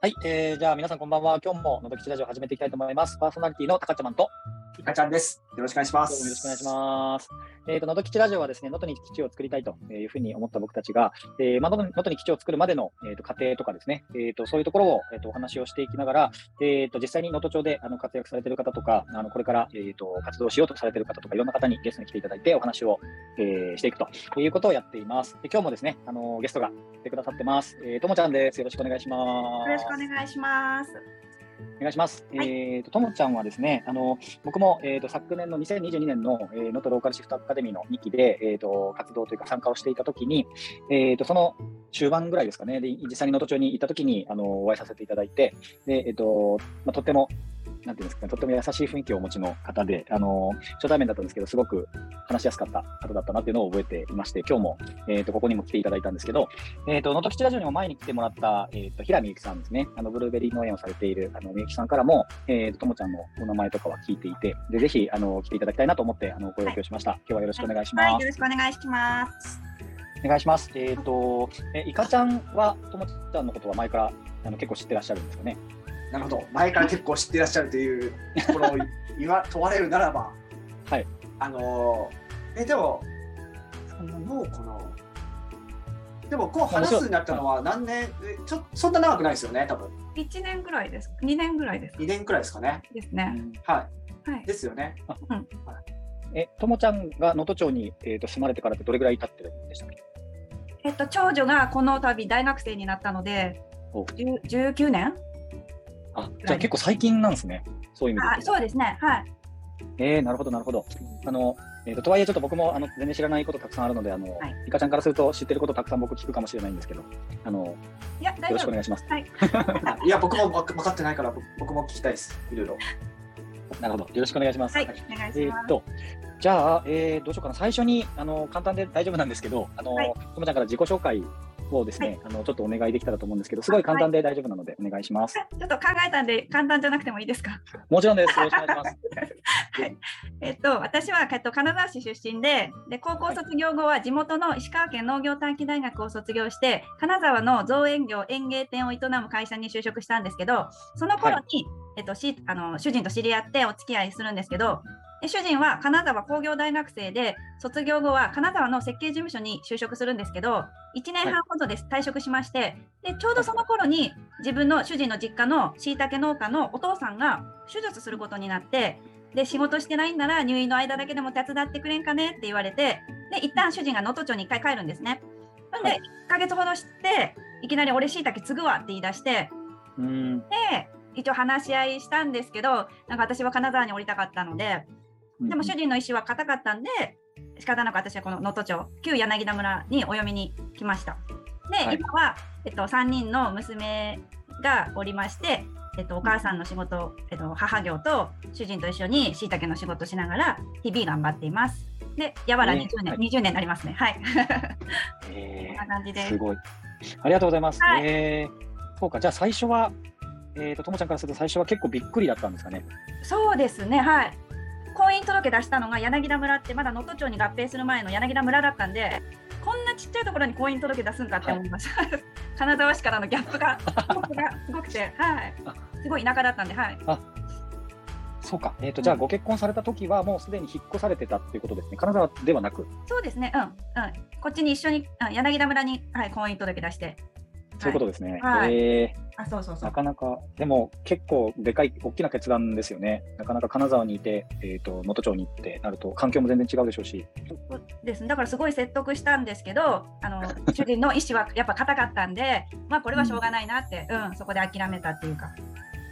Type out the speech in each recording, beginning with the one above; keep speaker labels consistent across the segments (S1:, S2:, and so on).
S1: はい、えー、じゃあ皆さんこんばんは。今日ものどきちラジオ始めていきたいと思います。パーソナリティのたかちゃまんと、
S2: いかちゃんです。よろしくお願いしま
S1: どう
S2: す。
S1: もよろしくお願いします。えっ、と、のどきちラジオはですね、能登に基地を作りたいというふうに思った僕たちが、えー、まあ、能登に能登に基地を作るまでの、えー、と過程とかですね、えーと、そういうところを、えー、とお話をしていきながら、えー、と実際に能登町であの活躍されている方とか、あのこれから、えー、と活動しようとされている方とか、いろんな方にゲストに来ていただいてお話を、えーしていくということをやっています。で今日もですね、あのゲストが来てくださってます。えーともちゃんです。よろしくお願いします。
S3: よろしくお願いします。
S1: お願いします。
S3: はい
S1: えっ、と、ともちゃんはですね、あの、僕も、えっ、と、昨年の2022年の、えー、能登ローカルシフトアカデミーの2期で、えっ、と、活動というか参加をしていたときに、えっ、と、その終盤ぐらいですかね、で、実際に能登町に行ったときに、あの、お会いさせていただいて、で、えっ、と、まあ、とっても、なんていうんですかね、とっても優しい雰囲気をお持ちの方で、あの、初対面だったんですけど、すごく話しやすかった方だったなっていうのを覚えていまして、今日も、えっ、と、ここにも来ていただいたんですけど、えっ、と、能登吉ラジオにも前に来てもらった、えっ、と、平みゆきさんですね。あの、ブルーベリー農園をされている、あの、みゆきさんからも、えっ、と、ともちゃんのお名前とかは聞いていて、で、ぜひ、あの、来ていただきたいなと思って、あの、ご要求しました。今日はよろしくお願いします。
S3: はい、よろしくお願いします。
S1: お願いします。えっ、と、え、いかちゃんは、ともちゃんのことは前から、あの、結構知ってらっしゃるんですよね。
S2: なるほど。前から結構知ってらっしゃるというところを今問われるならば、
S1: はい。
S2: あのーえでももうこのでもこう話すようになったのは何年えちょそんな長くないですよね。多分
S3: 一年ぐらいです。二年ぐらいです。
S2: 2年くらいですかね。
S3: ですね。
S2: は
S3: はい
S2: い。。ですよね。
S1: え、ともちゃんが能登町に、えっ、と、住まれてからってどれぐらい経ってるんでしたっけ
S3: えっと長女がこの度大学生になったので
S1: お、
S3: じゅ十九年？
S1: あ、じゃあ結構最近なんですね。そういう意味で言うと。
S3: あ、そうですね。はい。
S1: えー、なるほど、なるほど。あの、えーと、とはいえ、ちょっと僕もあの全然知らないことたくさんあるので、あの、、
S3: はい
S1: かちゃんからすると知ってることたくさん僕聞くかもしれないんですけど、あの、よ
S3: いや、大
S1: ろし
S3: 丈
S1: くお
S3: 夫。
S1: 願いします。
S3: はい。
S2: あいや僕も分かってないから僕僕も聞きたいです。いろいろ。
S1: なるほど、よろしくお願いします。
S3: はい、お願い
S1: え
S3: し
S1: ー
S3: ます
S1: っ。と、じゃあ、えーどうしようかな、最初に、あの、簡単で大丈夫なんですけど、あの、と、
S3: はい
S1: もちゃんから自己紹介をですね、
S3: はい
S1: あの、ちょっとお願いできたらと思うんですけど、すごい簡単で大丈夫なので、お願いします。
S3: ちょっと考えたんで簡単じゃなくてもいいですか。
S1: もちろんです。よろしくお願いします。
S3: えっと私はえっと金沢市出身で、で高校卒業後は地元の石川県農業短期大学を卒業して、金沢の造園業園芸店を営む会社に就職したんですけど、その頃に、
S1: は
S3: えっとしあの主人と知り合ってお付き合いするんですけど。で主人は金沢工業大学生で卒業後は金沢の設計事務所に就職するんですけど1年半ほどです退職しましてでちょうどその頃に自分の主人の実家のしいたけ農家のお父さんが手術することになってで仕事してないんなら入院の間だけでも手伝ってくれんかねって言われてで一旦主人が能登町に一回帰るんですね。ほんで
S1: は
S3: 1ヶ月ほどしていきなり俺しいたけ継ぐわって言い出して
S1: うーん、
S3: で一応話し合いしたんですけどなんか私は金沢に降りたかったのででも主人の意思は固かったんで仕方なく私はこの能登町旧柳田村にお嫁に来ました。で、
S1: はい
S3: 今は、えっと、3人の娘がおりまして、えっと、お母さんの仕事、えっと、母業と主人と一緒にしいたけの仕事しながら日々頑張っています。で、やわら20
S1: ね
S3: 年、
S1: はい
S3: 20年になりますね。はい。
S1: え
S3: こん
S1: ー
S3: な感じです
S1: す。ごい。ありがとうございます。
S3: はい
S1: えーそうか、じゃあ最初は、えーと、ともちゃんからすると最初は結構びっくりだったんですかね。
S3: そうですね、はい。婚姻届出したのが柳田村ってまだ能登町に合併する前の柳田村だったんでこんなちっちゃいところに婚姻届出すん かって思いました、金沢市からのギャップがギャップがすごくて、はい、すごい田舎だったんで、はい、
S1: そうか。えっ、と、じゃあご結婚された時はもうすでに引っ越されてたっていうことですね。金沢ではなく、
S3: そうですね、うん、うん、こっちに一緒に、うん、柳田村に、はい、婚姻届出して、
S1: そういうことですね。
S3: はい
S1: え
S3: あ、そうそう
S1: ー
S3: そ
S1: な
S3: う、
S1: かなか、でも結構でかい、大きな決断ですよね。なかなか金沢にいて、えっ、と、能登町に行ってなると、環境も全然違うでしょうし。
S3: そうですね、だからすごい説得したんですけど、あの主人の意思はやっぱ硬かったんで、まあこれはしょうがないなって、うん、そこで諦めたっていうか、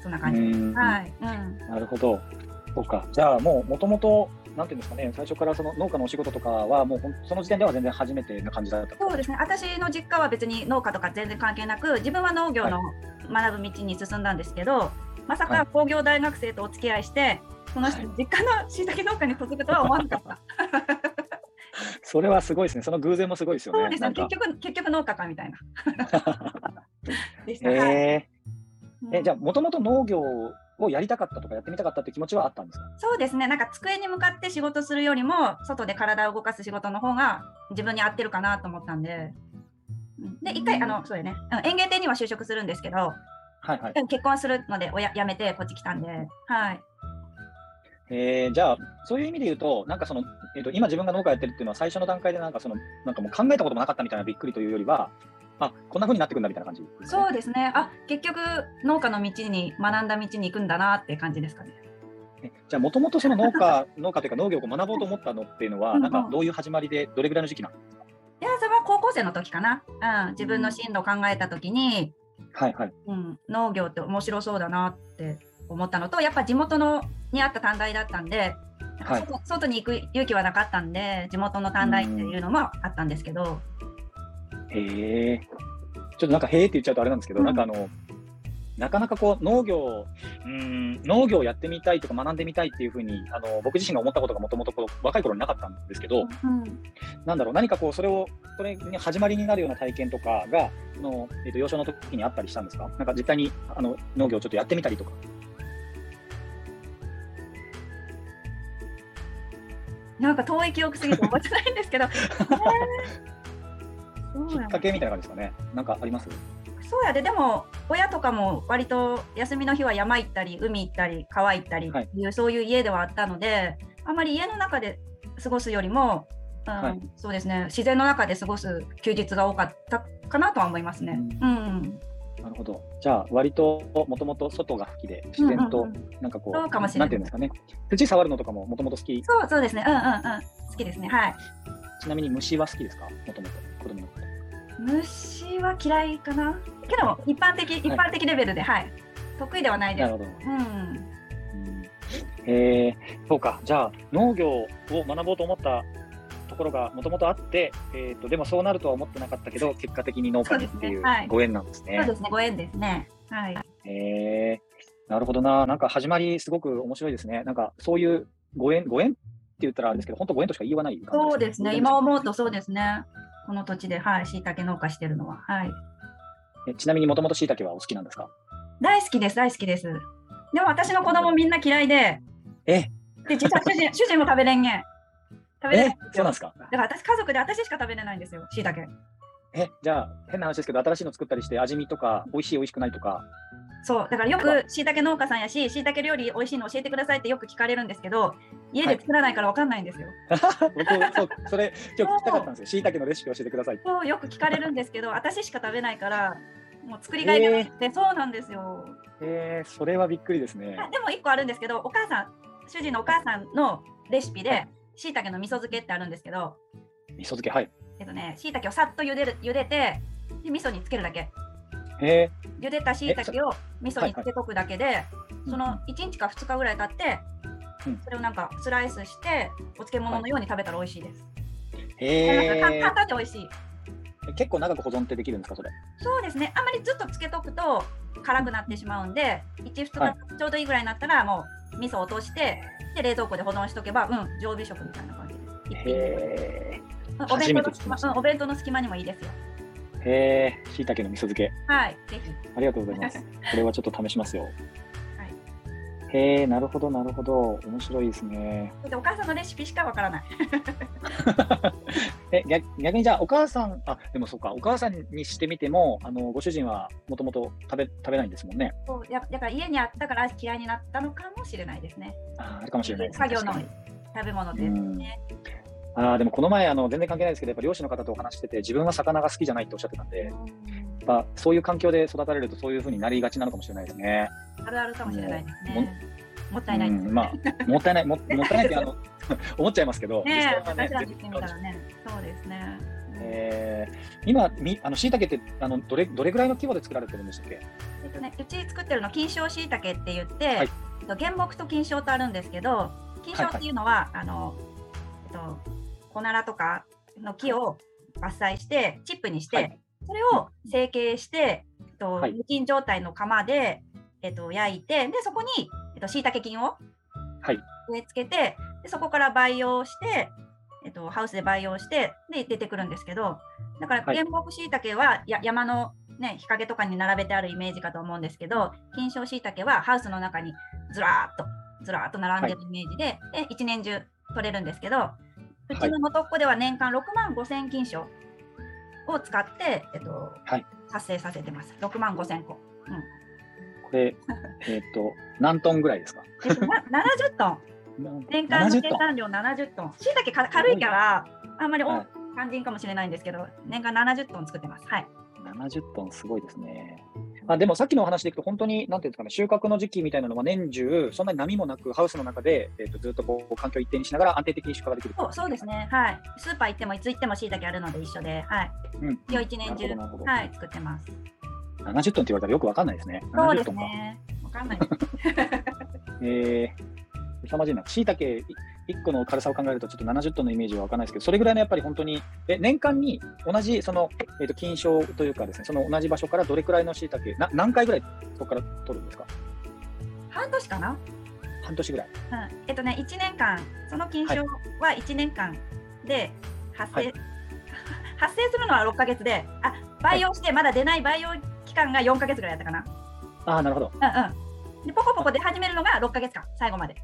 S3: そんな感じです。
S1: うん
S3: はい、うん。
S1: なるほど。そうか。じゃあもう、もともと、なんていうんですかね、最初からその農家のお仕事とかは、もうほんその時点では全然初めてな感じだった。
S3: そうですね私の実家は別に農家とか全然関係なく自分は農業の学ぶ道に進んだんですけど、まさ
S1: は
S3: か工業大学生とお付き合いして、その人の実家のしいたけ農家に嫁ぐとは思わなかった
S1: それはすごいです ね。その偶然もすごいですよね。
S3: そうです
S1: な
S3: ね
S1: んか
S3: 結局結局農家かみ たいなでした、はい
S1: え
S3: うん
S1: ーえ、じゃあ、もともと農業をやりたかったとか、やってみたかったって気持ちはあったんですか
S3: そうですねなんか机に向かって仕事するよりも外で体を動かす仕事の方が自分に合ってるかなと思ったんでうんで一回あのそうやねうん園芸店には就職するんですけど
S1: はいはい。
S3: うん結婚するので、親辞めてこっち来たんで、はい。
S1: えーじゃあ、そういう意味で言うと、なんかその、えー、と今自分が農家やってるっていうのは、最初の段階でなんかその、なんかもう考えたこともなかったみたいなびっくりというよりは、あこんな風になってくんだみたいな感じですね、
S3: そうですね。あ、結局農家の道に学んだ道に行くんだなって感じですかね。
S1: えじゃあ、もともとその農家、農家というか農業をこう学ぼうと思ったのっていうのは、
S3: うん
S1: なんかどういう始まりで、どれぐらいの時期なの
S3: いや、それは高校生の時かな。うん、自分の進路を考えた時に、
S1: はいはい。
S3: うん、農業って面白そうだなって思ったのと、やっぱ地元のにあった短大だったんで、
S1: はい
S3: 外外に行く勇気はなかったんで、地元の短大っていうのもあったんですけど、
S1: へえ。ちょっとなんかへえって言っちゃうとあれなんですけど、
S3: うん
S1: なんかあのなかなかこう農業をうーん農業をやってみたいとか学んでみたいっていうふうにあの僕自身が思ったことがもともと若い頃になかったんですけど、
S3: うん
S1: なんだろう何かこうそれをそれに始まりになるような体験とかがそのえっと幼少の時にあったりしたんですか？なんか実際にあの農業をちょっとやってみたりとか。
S3: なんか遠い記憶すぎて覚えてないんです けど、えー
S1: きっかけみたいな感じですかね。なんかあります？
S3: そうやで、でも親とかも割と休みの日は山行ったり、海行ったり、川行ったりって
S1: はい
S3: いう、そういう家ではあったので、あまり家の中で過ごすよりも、うん
S1: はい
S3: そうですね、自然の中で過ごす休日が多かったかなとは思いますね。
S1: う
S3: うん、うん、
S1: なるほど。じゃあ割ともともと外が好きで自然
S3: う
S1: と
S3: んうんうん
S1: なんかこう、
S3: そうかもしれ
S1: な
S3: ない
S1: んていうんですかね。土触るのとかももともと好き
S3: そう、そうですね、うんうんうん、好きですね。はい。
S1: ちなみに虫は好きですかもともと子供の頃
S3: 虫は嫌いかな。けど一般的、一般的レベルで、はい、得意ではないで
S1: な
S3: す
S1: る。ほど。
S3: うん、
S1: うんへえそうか。じゃあ農業を学ぼうと思ったところがもともとあって、えーとでもそうなるとは思ってなかったけど結果的に農家にってい
S3: そうです
S1: う
S3: ねはい
S1: ご縁なんですね。
S3: そうですね、ご縁ですね。はい。
S1: へえなるほどな。なんか始まりすごく面白いですね。なんかそういうご縁ご縁って言ったらあれですけど本当ご縁としか言いようがない感じ
S3: そうですね、
S1: ご縁
S3: 今思うとそうですね。この土地で、はい、椎茸農家してるのは、はい。
S1: えちなみにもともと椎茸はお好きなんですか
S3: 大好きです、大好きです。でも私の子供みんな嫌いで、
S1: え
S3: で、実は主人主人も食べれんげん。食べれ
S1: え
S3: ないんです
S1: そうな
S3: よ。だ
S1: んですか
S3: から私家族で私しか食べれないんですよ、椎茸。
S1: えじゃあ変な話ですけど新しいの作ったりして味見とか美味しい美味しくないとか
S3: そう、だからよく椎茸農家さんやし、椎茸料理美味しいの教えてくださいってよく聞かれるんですけど、家で作らないからわかんないんですよ。
S1: 僕そうそれ今日聞きたかったんですよ。椎茸のレシピ教えてくださいって。
S3: そうよく聞かれるんですけど、私しか食べないから、もう作りがいがなくて、そうなんですよ。
S1: えー、それはびっくりです ね。
S3: あでも一個あるんですけどお母さん主人のお母さんのレシピで椎茸の味噌漬けってあるんですけど
S1: 味噌漬けはい。
S3: えっとね椎茸をさっと茹でる茹でてで味噌につけるだけ
S1: え
S3: 茹でた椎茸を味噌につけとくだけで、
S1: ー、
S3: その1日か2日ぐらい経って、
S1: うん
S3: それをなんかスライスしてお漬物のように食べたら美味しいです、
S1: え
S3: なんか簡単で美味しい
S1: ー、 結構長く保存ってできるんですかそれ。
S3: そうですねあんまりずっとつけとくと辛くなってしまうんで12日
S1: は
S3: がちょうどいいぐらいになったらもう味噌を落としてで冷蔵庫で保存しとけばうん常備食みたいな感じです一品で
S1: へ
S3: うんお弁当
S1: 初めて
S3: の
S1: 聞
S3: 隙
S1: きま
S3: 間、
S1: し
S3: う
S1: た
S3: ん、お弁当の隙間にもいいですよ。
S1: ーへー、椎茸の味噌漬け
S3: はい、ぜひ。
S1: ありがとうございます。これはちょっと試しますよ。はい。へー、なるほどなるほど面白いですね。
S3: で、お母さんのレシピしかわからない。
S1: え逆逆にじゃあお母さんあでもそうかお母さんにしてみてもあのご主人はもともと食べ食べないんですもんね。
S3: そう、や、だから家にあったから嫌いになったのかもしれないですね。
S1: あーあるかもしれないですね。
S3: 作業の
S1: 確かに
S3: 食べ物で、ね。
S1: あーでもこの前あの全然関係ないですけどやっぱ漁師の方とお話ししてて自分は魚が好きじゃないっておっしゃってたんでやっぱそういう環境で育たれるとそういう風になりがちなのかもしれないですね。
S3: あるあるかもしれないですね。もったいないです
S1: うんまあ、もったいないももったいないってあの 思っちゃいますけど、
S3: ね。ねえ、
S1: はね
S3: 私らにしてみたらね。そうですね。
S1: えー今みあの椎茸ってあのどれどれぐらいの規模で作られてるんでしたっけ？
S3: えっとね、うち作ってるの金賞しいたけって言って、
S1: はい
S3: えっと原木と金賞とあるんですけど金賞っていうのは、あの、えっと、コナラとかの木を伐採してチップにして、
S1: はい
S3: それを成形して、えっと
S1: はい
S3: 無菌状態の釜で、えっと、焼いてでそこに、えっと、椎茸菌を
S1: はい
S3: 植え付けてでそこから培養して、えっと、ハウスで培養してで出てくるんですけどだから
S1: はい
S3: 原木椎茸はや山の、ね、日陰とかに並べてあるイメージかと思うんですけど金賞椎茸はハウスの中にずらーっとずらーっと並んでるイメージで,、で一年中取れるんですけどうちの元っ子では年間6万5千金賞を使って、えっと
S1: はい
S3: 達成させてます6万5千個。
S1: で、えっと、何トンぐらいですか
S3: えっとな70トン。 年間の
S1: 70
S3: 生
S1: トン。
S3: 産量70トン。しいたけ軽いから、あんまり多い肝心かもしれないんですけど、年間70トン作ってます。はい。
S1: 70トンすごいですね。あでもさっきのお話でいくと、本当になんていうんですかね、収穫の時期みたいなのは年中、そんなに波もなく、ハウスの中で、えー、とずっとこう環境を一定にしながら安定的に出荷ができる
S3: そうそうです。ね。はい。スーパー行ってもいつ行ってもしいたけあるので一緒で、はい。
S1: うん、
S3: 今日一年中
S1: なるほどなるほど
S3: はい、作ってます。
S1: 70トンって言われたらよくわかんないですね。
S3: そうで
S1: 70ト
S3: す
S1: ンか。
S3: ね。わかんないです。
S1: えー、凄まじいな。しいたけ1個の軽さを考えると、ちょっと70トンのイメージはわかんないですけど、それぐらいのやっぱり本当に、え年間に同じその、えー、と菌床というかですね、その同じ場所からどれくらいのしいたけ、な何回ぐらいそこから取るんですか
S3: 半年かな
S1: 半年ぐらい。
S3: うん、えっとね、1年間、その金賞は1年間で発生、
S1: はい
S3: 発生するのは6ヶ月で、あ培養してまだ出ない培養期間が4ヶ月ぐらいだったかな。
S1: ああ、なるほど。
S3: うんうん。で、ポコポコ出始めるのが6ヶ月間、最後まで。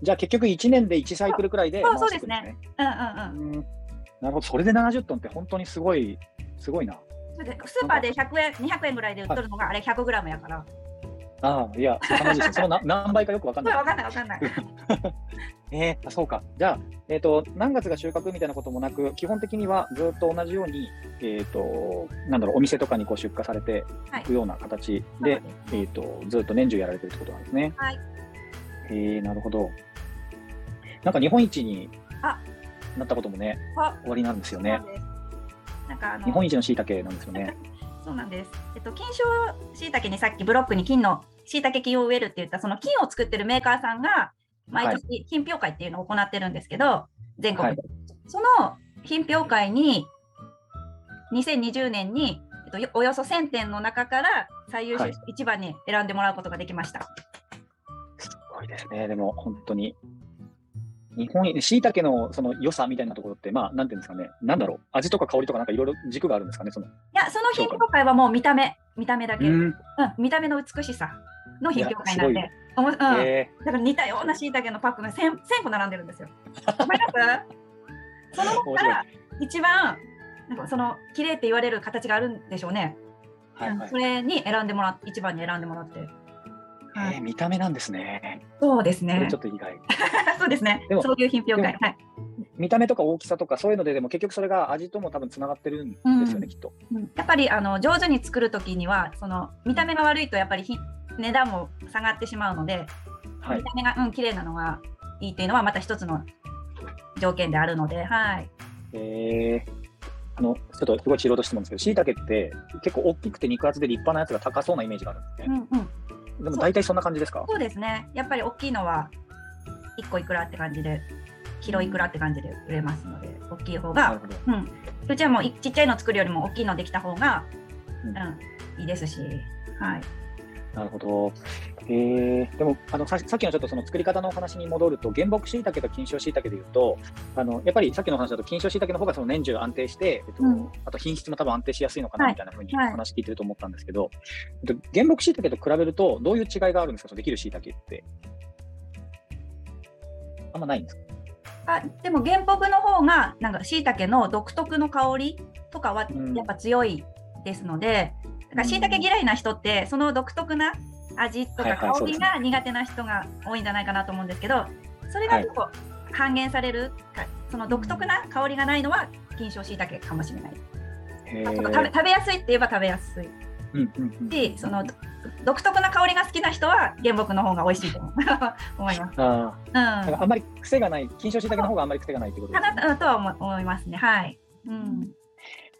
S1: じゃあ結局1年で1サイクルくらいで
S3: そう
S1: 回していくんですね。
S3: うんうんうん。
S1: うんなるほど、それで70トンって本当にすごい、すごいな。
S3: それでスーパーで100円、200円ぐらいで売っとるのが、あれ100グラムやから。
S1: ああ、いや、凄まじい です。そのな何倍かよくわかん
S3: これ
S1: ない。
S3: わかんないわかんない。
S1: えー、あそうか。じゃあ、えっ、と、何月が収穫みたいなこともなく、基本的にはずっと同じように、えっ、と、なんだろう、お店とかにこう出荷されて
S3: はい
S1: いくような形
S3: そう
S1: で、
S3: す
S1: えっ、と、ずっと年中やられてるってことなんですね。
S3: はい。
S1: えー、なるほど。なんか日本一に
S3: あ
S1: なったこともね、
S3: あ
S1: 終わりなんですよ
S3: そうな
S1: ね
S3: ん。です。なんかあの
S1: 日本一のしいたけなんですよね。
S3: そうなんです。えっと菌床椎茸にさっきブロックに菌の椎茸菌を植えるって言ったその菌を作ってるメーカーさんが毎年品評会っていうのを行ってるんですけど、全国で、その品評会に2020年にえっとよおよそ1000点の中から最優秀
S1: はい
S3: 1番に選んでもらうことができました。
S1: すごいですね、でも本当に。日本しいたけのその良さみたいなところって、まあ、なんていうんですかね、なんだろう、味とか香りとか、なんかいろいろ軸があるんですかね、その。
S3: いや、その品評会はもう見た目、見た目だけ、うん、見た目の美しさの品評会なん
S1: いや
S3: で、おもうん、
S1: え
S3: だから似たような椎茸のパックが 1000, 1000個並んでるんですよ。わかりますその中から一番なんかその綺麗って言われる形があるんでしょうね。
S1: ーはいはい
S3: それに選んでもらっ一番に選んでもらって。はい
S1: えー見た目なんですね。
S3: そうです
S1: これ
S3: ね
S1: ちょ。っと意外。
S3: そうですね。
S1: でも
S3: そういう品評会。
S1: で
S3: はい。
S1: 見た目とか大きさとか、そういうので、でも結局それが味とも多分つながってるんですよね、
S3: うん
S1: きっと。
S3: やっぱりあの上手に作るときにはその見た目が悪いとやっぱりひ値段も下がってしまうので、
S1: はい
S3: 見。た目がうん綺麗なのがいいというのはまた一つの条件であるので、はい。
S1: えーあのちょっとすごい知ろうとしてもんですけど、しいたけって結構大きくて肉厚で立派なやつが高そうなイメージがあるんです
S3: う
S1: ね。
S3: んうん。
S1: でも大体そんな感じですか
S3: そうですね。やっぱり大きいのは1個いくらって感じで、キロいくらって感じで売れますので、大きい方
S1: なる
S3: が、
S1: ほど。
S3: うん。うちはもういちっちゃいの作るよりも大きいのできた方が、
S1: う
S3: うんん、いいですし、はい。
S1: なるほど。えー、でもあのささっきのちょっとその作り方のお話に戻ると原木しいたけと菌床しいたけでいうとあのやっぱりさっきのお話だと菌床しいたけの方がその年中安定して、えっと
S3: うん
S1: あと品質も多分安定しやすいのかな
S3: はい
S1: みたいなふうに
S3: はい
S1: 話聞いてると思ったんですけど、えっと、原木しいたけと比べるとどういう違いがあるんですかそのできるしいたけって。あんまないんですか
S3: あでも原木の方が、なんか椎茸の独特の香りとかは
S1: うん
S3: やっぱ強いですので、だから椎茸嫌いな人って、その独特な味と
S1: はい
S3: か
S1: はいそうで
S3: 香り
S1: すね
S3: が苦手な人が多いんじゃないかなと思うんですけど、それが結構半減されるか、その独特な香りがないのは菌床椎茸かもしれない。
S1: へ
S3: あ
S1: ー
S3: と食べ食べやすいって言えば食べやすい
S1: うんうんうん
S3: し、その独特な香りが好きな人は原木の方が美味しいと思う 思います。
S1: あ
S3: う
S1: ー
S3: ん、
S1: なん
S3: か
S1: かあんまり癖がない菌床しいたけの方があんまり癖がないってことですね
S3: なうんとは思思いますね。はい。うん。
S1: な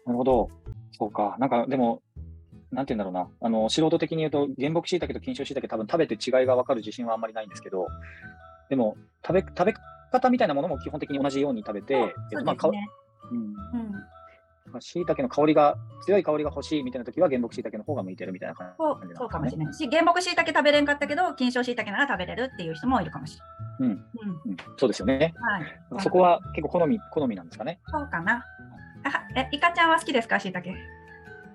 S1: るほど。そうか。なんか、でも、なんて言うんだろうな。あの、素人的に言うと、原木椎茸と菌床椎茸多分食べて違いが分かる自信はあんまりないんですけど、でも、食べ、食べ方みたいなものも基本的に同じように食べて、えっ
S3: そ
S1: と
S3: う
S1: ま
S3: で
S1: あ、
S3: す
S1: か
S3: ね。
S1: うん。
S3: うん。
S1: まあ椎茸の香りが、強い香りが欲しいみたいな時は、原木椎茸の方が向いてるみたいな感
S3: そう
S1: じなんですね。
S3: そうかもしれないし、原木椎茸食べれんかったけど、菌床椎茸なら食べれるっていう人もいるかもしれない。
S1: うん。うん、そうですよね。
S3: はい。
S1: そこは結構好み、好みなんですかね。
S3: そうかな。あえ、イカちゃんは好きですか、椎茸。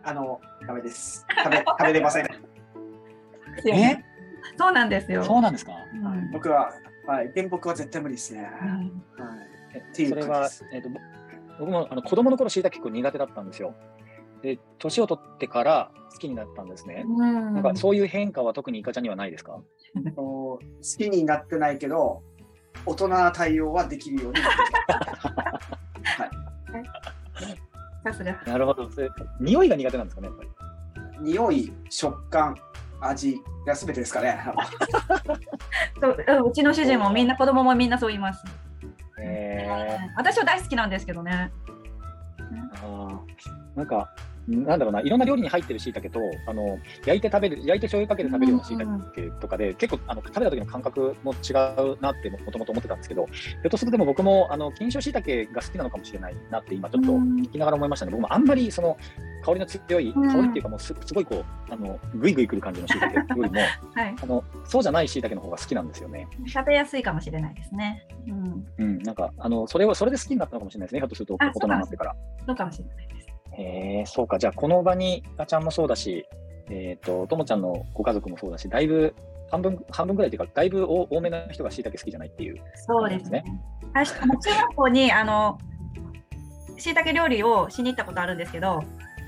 S2: あの、ダメです。食べ、食べれません。
S1: え
S3: そうなんですよ。
S1: そうなんですか
S3: うん
S2: 僕は、はい、原木は絶対無理ですね。
S3: う
S2: は
S3: ん
S2: い。
S1: えそれは、えっと、ぼ僕もあの子供の頃、椎茸結構苦手だったんですよ。で年を取ってから好きになったんですね。
S3: うん
S1: なんかそういう変化は特にイカちゃんにはないですか
S2: あの好きになってないけど、大人な対応はできるようになってき
S3: さすが。
S1: なるほど。それ匂いが苦手なんですかね、やっぱり。
S2: た。匂い、食感、味が全てです かね。
S3: そううんうちの主人もみんな子供もみんなそう言います。
S1: え
S3: 私は大好きなんですけどね。
S1: ー、あーなんか、なんだろうな、いろんな料理に入ってる椎茸と、あの、焼いて食べる、焼いて醤油かけて食べるような椎茸とかで、結構、あの、食べた時の感覚も違うなって、もともと思ってたんですけど、ひょっとするとでも僕も、あの、菌床椎茸が好きなのかもしれないなって、今ちょっと
S3: うん
S1: 聞きながら思いましたね。僕もあんまり、その、香りの強い、
S3: うん
S1: 香りっていうかもうす、すごいこう、あの、ぐいぐいくる感じの椎茸より も、
S3: はい、
S1: あの、そうじゃない椎茸の方が好きなんですよね。
S3: 食べやすいかもしれないですね。うん、
S1: うん、なんか、あの、それは、それで好きになったのかもしれないですね、ひょっとすると、大
S3: あ
S1: 人になってから。
S3: そうかもしれないです。
S1: へえ、そうか、じゃあ、この場に、あちゃんもそうだし、えっ、と、ともちゃんのご家族もそうだし、だいぶ、半分、半分ぐらいというか、だいぶ多多めな人が椎茸好きじゃないっていう。
S3: そうですね。あしあの中学校にあの椎茸料理をしに行ったことあるんですけど、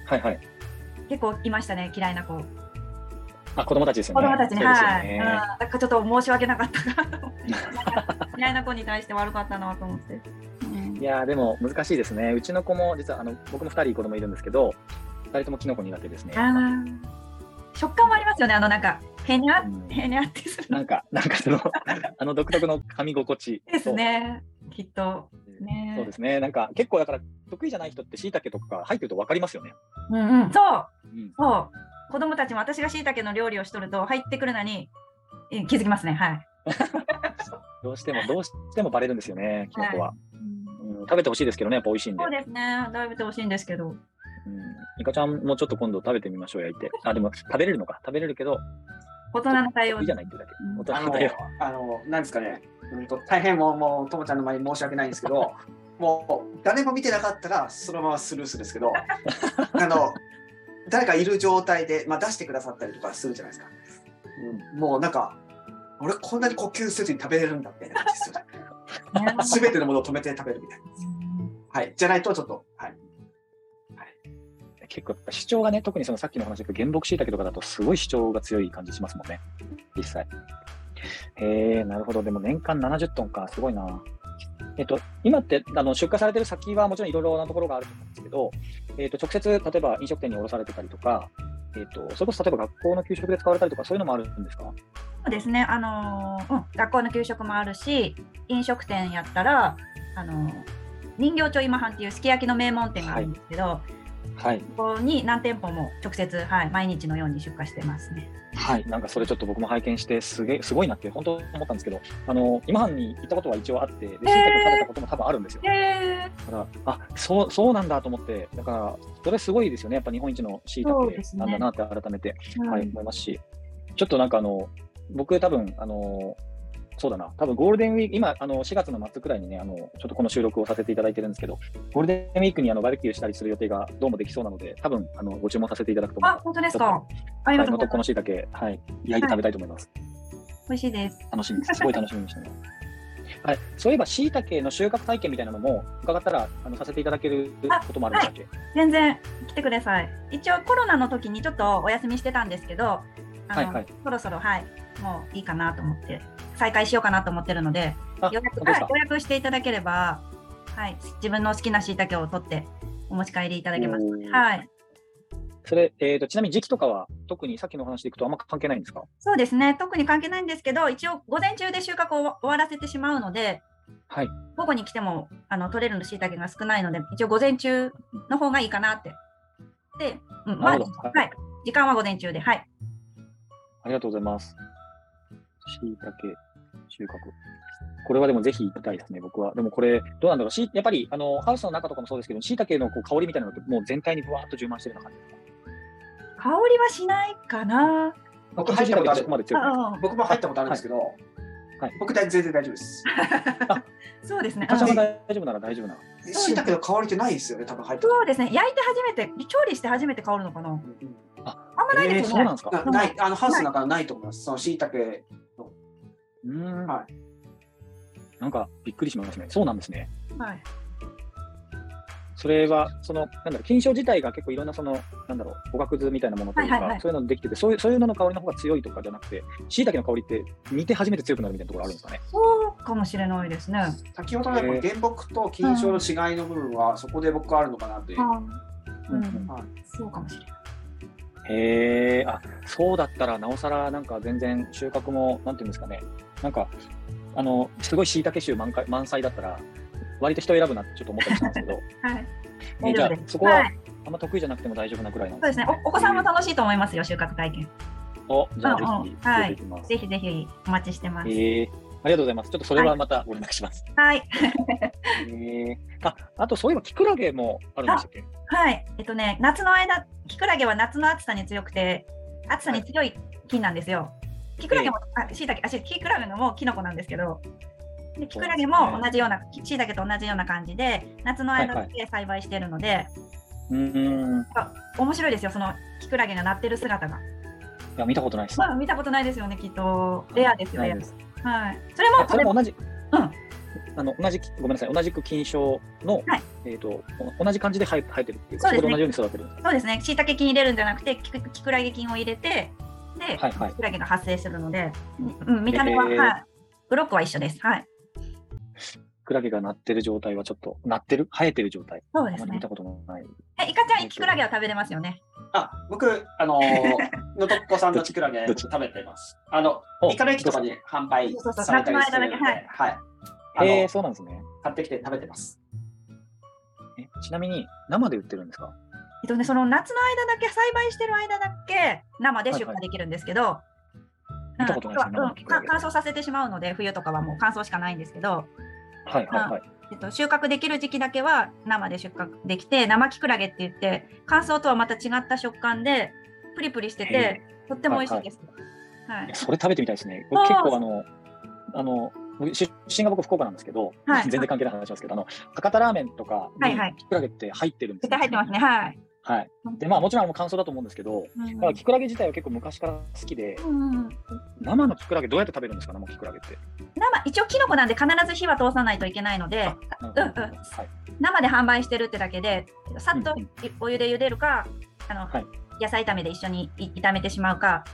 S1: はいはい。
S3: 結構いましたね嫌いな子。
S1: あ、子供たちですよ
S3: 子
S1: ね。
S3: 供たちに、
S1: そうですよ
S3: はい、うん、
S1: ね
S3: なんかちょっと申し訳なかったかな と思って。嫌いな子に対して悪かったなと思って。うん
S1: いやーでも難しいですね。うちの子も実はあの僕も2人子供いるんですけど、2人ともキノコ苦手ですね。
S3: あー食感もありますよね、あのなんか、へにゃ
S1: うん
S3: へにゃってする
S1: なんか、なんかその、 あの独特の噛み心地。
S3: ですね、きっと。ね
S1: そうですね。なんか結構だから得意じゃない人って椎茸とか入ってると分かりますよね。
S3: うんうん、そう、
S1: うん、
S3: そう、子供たちも私が椎茸の料理をしとると、入ってくるのに、え気づきますね、はい。
S1: どうしてもどうしてもバレるんですよね。キノコは、
S3: うん
S1: うん。食べてほしいですけどね。やっぱ美味しいんで。
S3: そうですね、だいぶ美味しいんですけど。
S1: うん。イカちゃんもちょっと今度食べてみましょう。焼いて。あでも食べれるのか。食べれるけど
S3: 大人の対応
S1: いいじゃないっていうだけ
S3: うん。
S1: 大
S2: あ
S1: 人の
S2: の
S1: 対応。、
S2: あの、なんですかね。うんと大変もう、もう、ともちゃんの前に申し訳ないんですけど、もう、誰も見てなかったら、そのままスルーするんで すけど、あの、誰かいる状態で、まあ、出してくださったりとかするじゃないですか。うん、もう、なんか、俺、こんなに呼吸せずに食べれるんだみたいな感じですよね。
S3: ね
S2: すべてのものを止めて食べるみたいな。はい。じゃないと、ちょっと、はい。
S1: 結構やっぱ主張がね、特にそのさっきの話だけど、原木椎茸とかだとすごい主張が強い感じしますもんね、実際。へえ、なるほど。でも年間70トンか、すごいな。えっと、今ってあの出荷されてる先はもちろんいろいろなところがあると思うんですけど、えっと、直接例えば飲食店に卸されてたりとか、えっと、それこそ例えば学校の給食で使われたりとか、そういうのもあるんですか
S3: そうですね、あのーうん、学校の給食もあるし、飲食店やったら、あのー人形町今半っていうすき焼きの名門店があるんですけど、
S1: はい。
S3: ここに何店舗も直接、はい、毎日のように出荷してますね。
S1: はい、なんかそれちょっと僕も拝見してすげえすごいなって本当思ったんですけどあの今半に行ったことは一応あってで椎茸を食べたことも多分あるんですよ。
S3: へ
S1: だからあそうそうなんだと思って、だから、それすごいですよね、やっぱ日本一のしいた
S3: そう
S1: け
S3: ですね
S1: なんだなって改めて、
S3: うん
S1: はい、思いますし、ちょっとなんかあの、僕、多分あのそうだな、多分ゴールデンウィーク、今、あの4月の末くらいにねあの、ちょっとこの収録をさせていただいてるんですけど、ゴールデンウィークにあのバーベキューしたりする予定がどうもできそうなので、多分あのご注文させていただくと思い
S3: あ
S1: ます。
S3: 本当です
S1: ちょっ
S3: か。ありが
S1: はい、
S3: と
S1: の
S3: うご
S1: と
S3: ざい
S1: こ
S3: ま
S1: の
S3: す。
S1: しいたけ、はい、焼いて食べたいと思います。
S3: 美味しいです。
S1: 楽しみです。すごい楽しみにしてます。はい、そういえば、しいたけの収穫体験みたいなのも伺ったらあのさせていただけることもあるんだっけ、
S3: 全然来てください。一応コロナの時にちょっとお休みしてたんですけど、あの
S1: はいはい
S3: そろそろはいもういいかなと思って再開しようかなと思ってるので、
S1: あ
S3: 予
S1: 本当
S3: 約
S1: で
S3: は
S1: す
S3: い
S1: か
S3: 予約していただければ、はい自分の好きな椎茸を取ってお持ち帰りいただけます。
S1: おー
S3: はい。
S1: それ、えー、とちなみに時期とかは特にさっきのお話でいくとあんま関係ないんですか
S3: そうですね。特に関係ないんですけど、一応午前中で収穫を終わらせてしまうので、
S1: はい。
S3: 午後に来てもあの取れる椎茸が少ないので、一応午前中の方がいいかなって。で、うん、
S1: な
S3: まあ、
S1: るほどはい
S3: はい。時間は午前中で、はい。
S1: ありがとうございます。しいたけ収穫。これはでもぜひ行きたいですね、僕は。でもこれ、どうなんだろうし、やっぱりあのハウスの中とかもそうですけど、しいたけのこう香りみたいなのってもう全体にぶわーっと充満してるような感じですか。
S3: 香りはしないかな。
S2: 僕入ったことあ
S1: そ
S2: る
S1: こ。まで強くない
S3: あうん
S2: 僕も入ったことあるんですけど、
S1: はい
S2: 僕大全然大丈夫です。
S3: そうですね。
S1: 多
S3: あ
S1: 少
S3: の
S1: は大丈夫なら大丈夫なの。
S2: しいたけの香りってないですよね、多分入ったこ
S3: そうですね。焼いて初めて、調理して初めて香るのかな。
S2: と。うん
S3: あんまない
S1: えー
S3: です
S1: そ
S3: よ
S1: う
S3: ね。
S1: なんですか。
S2: なない、あのハウスの中はないと思います。そのしいたけ
S1: うーん、
S2: は
S1: なんかびっくりしますね。そうなんですね。
S3: はい。
S1: それは、その、なんだろう、金賞自体が結構いろんな、その、なんだろう、おがくずみたいなものというか、
S3: はいはいはい
S1: そういうのでできてて、そういう、そういうのの香りの方が強いとかじゃなくて、椎茸の香りって煮て初めて強くなるみたいなところあるんですかね。
S3: そうかもしれないですね。あ
S2: 先ほどのやっぱ原木と金賞の違いの部分はそこで僕はあるのかなという。
S3: ーうん、
S2: はい
S3: そうかもしれない。
S1: へえ、あ、そうだったら、なおさら、なんか全然収穫も、なんていうんですかね。なんか、あの、すごい椎茸臭満開、満載だったら、割と人選ぶなってちょっと思ったりしたんですけど、
S3: はい。
S1: えーじゃあ、そこ
S3: は、
S1: はいあんま得意じゃなくても大丈夫なくらいなん
S3: そうですねお。お子さんも楽しいと思いますよ、収穫体験。
S1: お、じゃあ、ぜ
S3: うんうん
S1: ひ、
S3: は
S1: 出
S3: い
S1: ていきます。
S3: ぜひぜひお待ちしてます。
S1: ええありがとうございます。ちょっとそれはまたお願いします。
S3: はい。
S1: ええあ、あとそういえばキクラゲもあるんでしたっけ？
S3: はい。えっとね、夏の間、キクラゲは夏の暑さに強くて、暑さに強い木なんですよ。キクラゲも、あ、しいたけ、あ、しキクラゲのもキノコなんですけど、でキクラゲ
S1: そうです
S3: も
S1: ね
S3: 同じような、しいたけと同じような感じで、夏の間
S1: はいは
S3: だけ栽培してるので、
S1: うんうん。い
S3: 面白いですよ、そのキクラゲが鳴ってる姿が。
S1: や見たことないです。
S3: まあ、見たことないですよね、きっと。レアですよ、
S1: な
S3: レ
S1: い
S3: ア
S1: で。
S3: ですはい。それも
S1: あそれも同じ。
S3: うん
S1: あの同じきごめんなさい同じく金賞の、
S3: はい
S1: えっ、とお同じ感じで生え生えてるっていうか
S3: そうで
S1: こで
S3: すね
S1: 同じように育てるんです
S3: そうですね、しいたけ菌入れるんじゃなくて、キクキクラゲ菌を入れて、で、
S1: はいはい
S3: キクラゲが発生するので、うんうん、見た目は、
S1: へー
S3: はい、ブロックは一緒です。はい、
S1: キクラゲがなってる状態はちょっとなってる生えてる状態
S3: そう
S1: あ
S3: で
S1: ますり見
S3: ね
S1: た。ことのない。
S3: え、イカちゃん、キクラゲは食べれますよね。
S2: あ、僕、あのー、のとっこさんのキクラゲ
S1: どっち
S2: 食べてます。あの、
S1: お
S2: イカの駅とかに販売
S3: そうそうそう
S2: されたりするので、
S3: 夏の間だけ
S2: はい。あ
S1: ええ
S2: の、
S1: そうなんですね。
S2: 買ってきて食べてます。
S1: えちなみに生で売ってるんですか？
S3: えっとね、その夏の間だけ栽培してる間だけ生で出荷できるんですけど、
S1: 見たことないですね
S3: うん
S1: 生のキクラゲ
S3: 乾燥させてしまうので冬とかはもう乾燥しかないんですけど、
S1: はいはいはい。
S3: えっと、収穫できる時期だけは生で出荷できて生キクラゲって言って乾燥とはまた違った食感でプリプリしててとっても美味しいです。はい
S1: いやそれ食べてみたいですね。僕結構あの、あの、僕出身が僕福岡なんですけど、
S3: は い
S1: 全然関係ない話なんですけど、あの、博多ラーメンとか
S3: はいはい
S1: にキクラゲって入ってるんです
S3: 絶
S1: よ
S3: 対入ってますね。はい。
S1: はい。で、まあもちろんあの乾燥だと思うんですけど、
S3: うん
S1: だからキクラゲ自体は結構昔から好きで、
S3: うんうん
S1: 生のキクラゲどうやって食べるんですか、生キクラゲって。
S3: 生一応キノコなんで必ず火は通さないといけないので
S1: あなんか
S3: うんうん
S1: はい。
S3: 生で販売してるってだけでさっと
S1: うんうん
S3: お湯で茹でるかあの、
S1: はい
S3: 野菜炒めで一緒にい炒めてしまうか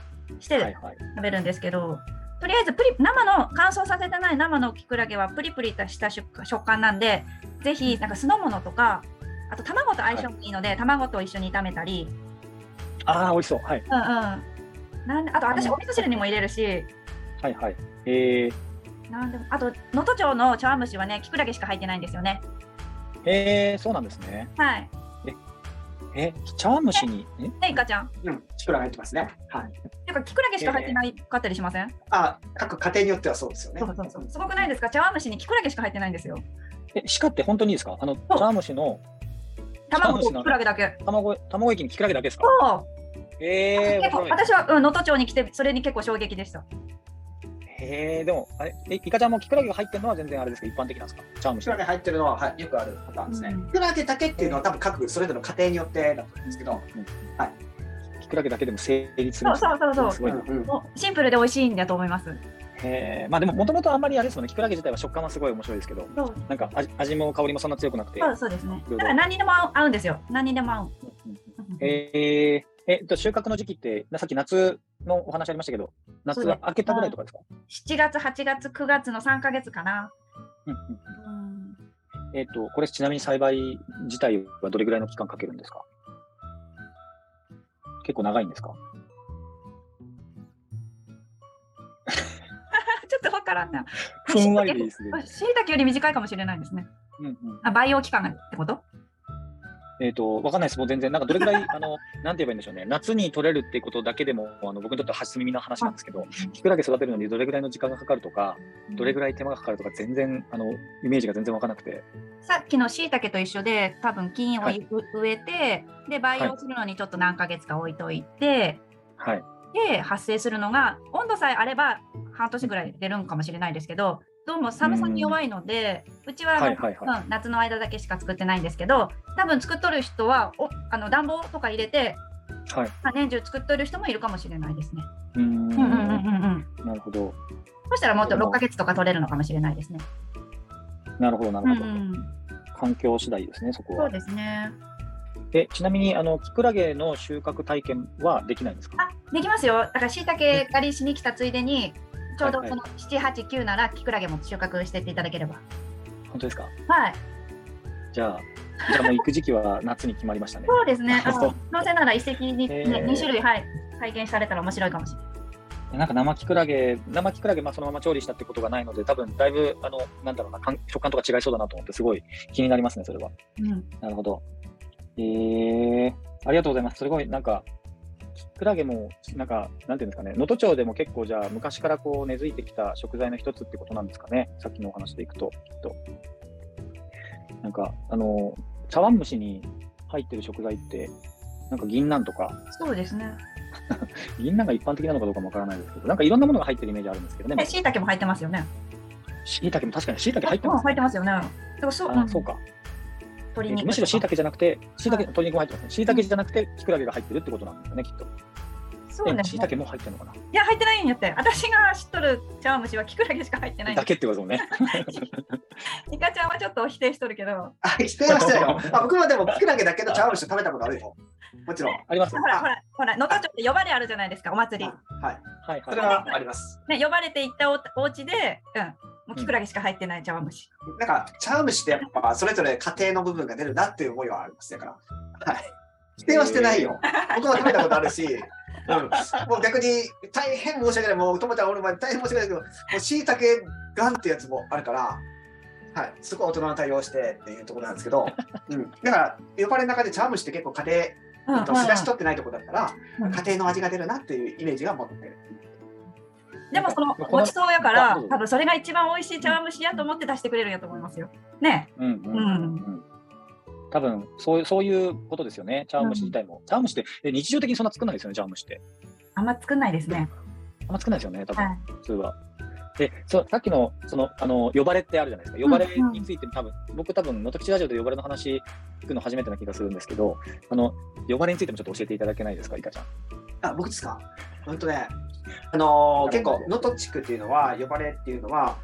S3: し
S1: はい
S3: て
S1: はい。
S3: 食べるんですけど、とりあえずプリ生の乾燥させてない生のキクラゲはプリプリとした食食感なんでぜひなんか酢の物とかあと卵と相性もいいので、卵と一緒に炒めたり、
S1: ああ、美味しそう。はい。
S3: うんうん、なんであと私
S1: あの
S3: お味噌汁にも入れるし
S1: はいはい。えー、
S3: なんでもあと能登町の茶碗蒸しはねキクラゲしか入ってないんですよね。
S1: えー、そうなんですね。
S3: はい、
S1: え、茶碗蒸しに、え
S3: ねいかちゃん
S2: うん、キクラゲ入ってますね。はい。
S3: なんかキクラゲしか入ってないかったりしません、
S2: あ、各家庭によってはそうですよね。
S3: そうそうそうすごくないですか茶碗蒸しにキクラゲしか入ってないんですよ。
S1: え、鹿って本当にいいですかあの、茶碗蒸しの
S3: 卵とキクラゲだけ。
S1: 卵、卵液にキクラゲだけですか
S3: そう
S1: えー、
S3: 結
S1: 面
S3: 構
S1: 白い。
S3: 私はうん能登町に来てそれに結構衝撃でした。
S1: へえ、でも、あれ、えイカちゃんもキクラゲが入ってるのは全然あれですか、一般的なんですか。チャームし
S2: キ
S1: て
S2: クラ。ゲ入ってるのは、はい、よくあるパターンですね。
S3: うん
S2: キクラゲだけっていうのは多分各それぞれの家庭によってだと思うんですけど、
S1: キクラゲだけでも成立する
S3: そ
S1: ん
S3: う
S1: ですね。
S3: そうそうそう
S1: すごいな。
S2: うんうん
S3: もうシンプルで美味しいんだと思います。
S1: へえ、まあ、でも、もともとあんまりあれですよね、キクラゲ自体は食感はすごい面白いですけど。
S3: そう
S1: なんか味、味も香りもそんな強くなくて。
S3: そうそうですね。
S1: どうぞ
S3: だから何にでも合う合うんですよ。何にでも合う。
S1: うん
S3: うん
S1: へえ、えっと、収穫の時期って、なさっき夏のお話ありましたけど、夏
S3: そうで
S1: が
S3: す
S1: 明けたぐらいとかですか。
S3: 7月、8月、9月の3ヶ月かな。
S1: うんうん
S3: うん
S1: えっと、これ、ちなみに栽培自体はどれぐらいの期間かけるんですか。結構長いんですか。
S3: ちょっとわからんな。
S1: ふんわりでいいですね。
S3: しいたけより短いかもしれないですね。
S1: うんうん。
S3: あ培養期間がってこと
S1: えっ、と、わかんないです。もう全然、なんかどれぐらい、 あの、なんて言えばいいんでしょうね。夏に取れるってことだけでも、あの、僕にとっては初耳の話なんですけど、キクラゲ育てるのにどれぐらいの時間がかかるとか、どれぐ
S3: らい
S1: らい手間がかかるとか、全然、あの、イメージが全然わかなくて。
S3: さっきのしいたけと一緒で多分菌を
S1: はい
S3: 植えてで培養するのにちょっと何ヶ月か置いといて、
S1: はい。
S3: で発生するのが温度さえあれば半年ぐらい出るんかもしれないですけどどうも寒さに弱いのでうちは
S1: はいはいは
S3: うん、夏の間だけしか作ってないんですけど多分作っとる人はおあの暖房とか入れて
S1: い。はい。
S3: まあ年中作っとる人もいるかもしれないですね。
S1: うーん,、
S3: うんうんうんうんうん
S1: なるほど。
S3: そしたらもっと6ヶ月とか取れるのかもしれないですね。
S1: なるほど、な
S3: うんう
S1: るほど。
S3: ん、
S1: 環境次第ですね、そこ
S3: そう
S1: は。
S3: ですね。
S1: えちなみにあのキクラゲの収穫体験はできないんですか
S3: あ、できますよ。だから、しいたけ狩りしに来たついでに、ちょうどこの7、8、9なら、キクラゲも収穫してっていただければ。
S1: 本当ですか
S3: はい。
S1: じゃあ、じゃあもう行く時期は夏に決まりましたね。
S3: そうで すね。あ
S1: そう
S3: の、どうせなら一石に、
S1: へ
S3: ね、
S1: ー
S3: 2種類、はい、体現されたら面白いかもしれない。
S1: なんか生キクラゲ、生キクラゲ、まあ、そのまま調理したってことがないので、多分だいぶあのなんだろうな感食感とか違いそうだなと思って、すごい気になりますね、それは。
S3: うん、
S1: なるほど。えー、ありがとうございます。すごいなんか、キクラゲも、なんか、なんていうんですかね、能登町でも結構、じゃあ、昔からこう根付いてきた食材の一つってことなんですかね、さっきのお話でいくと、きっと。なんか、あの、茶碗蒸しに入ってる食材って、なんか銀杏とか、
S3: そうですね。
S1: 銀杏が一般的なのかどうかもわからないですけど、なんかいろんなものが入ってるイメージあるんですけどね
S3: え、、しいたけも入ってますよね。
S1: しいたけも確かにしいたけ入って
S3: う
S1: ま
S3: ん
S1: すね、
S3: 入ってますよね。だからそう、
S1: あそうか、
S3: 鶏肉とか。
S1: むしろしいたけじゃなくて、しいたけ、
S3: は
S1: 鶏肉も入ってますね、しいたけじゃなくて、きくらげが入ってるってことなんですよね、きっと。
S3: そうね。
S1: しいたけも入ってるのか
S3: いや、入ってないんやって。私が知っとる茶碗蒸しはキクラゲしか入ってな
S1: な。
S3: い。
S1: だけってことですもんね。
S3: イカちゃんはちょっと否定しとるけど。
S2: あ、否定はしてない よ。あ僕もでも、キクラゲだけど、茶碗蒸し食べたことあるよ。もちろん。
S1: あります。
S3: ほ
S1: は
S3: らほらほら、能登町って呼ばれあるじゃないですか、お祭り。
S2: はい。
S1: い
S2: そ
S1: は
S2: れ
S1: い。
S2: はあります。
S3: ね、呼ばれて行ったおお家で、うん、もうキクラゲしか入ってない茶碗蒸し。
S2: なんか、茶碗蒸しってやっぱ、それぞれ家庭の部分が出るなっていう思いはあります。だから。はい。否定はしてないよ。僕も食べたことあるし。 うん、もう逆に大変申し訳ない、もう友ちゃんおる前に大変申し訳ないけど、もうしいたけがんってやつもあるから、はい、そこは大人の対応してっていうところなんですけど、 うん、だから呼ばれる中で茶碗蒸しって結構家庭
S3: うん
S2: うんと
S3: うん
S2: すだし取ってないとこだったら、
S3: うん
S2: 家庭の味が出るなっていうイメージが持ってる。
S3: でもその
S1: なんか
S3: ごちそうやから
S1: あどうぞ
S3: 多分それが一番美味しい茶碗蒸しやと思って出してくれるんやと思いますよ。ね
S1: うんうんうん。多分そういうそういうことですよね、茶碗蒸し自体も。茶碗蒸しってえ日常的にそんな作らないですよね、茶碗蒸しって。
S3: あんま作んないですね。
S1: あんま作らないですよね、多分、
S3: はい
S1: 普通は。でそさっきのそのあの呼ばれってあるじゃないですか、呼ばれについても多分、僕、多分能登吉ラジオで呼ばれの話聞くの初めてな気がするんですけど、あの呼ばれについてもちょっと教えていただけないですか、いかちゃん。
S2: あ、僕ですか。本当ね、あのー結構能登地区っていうのは呼ばれっていうのは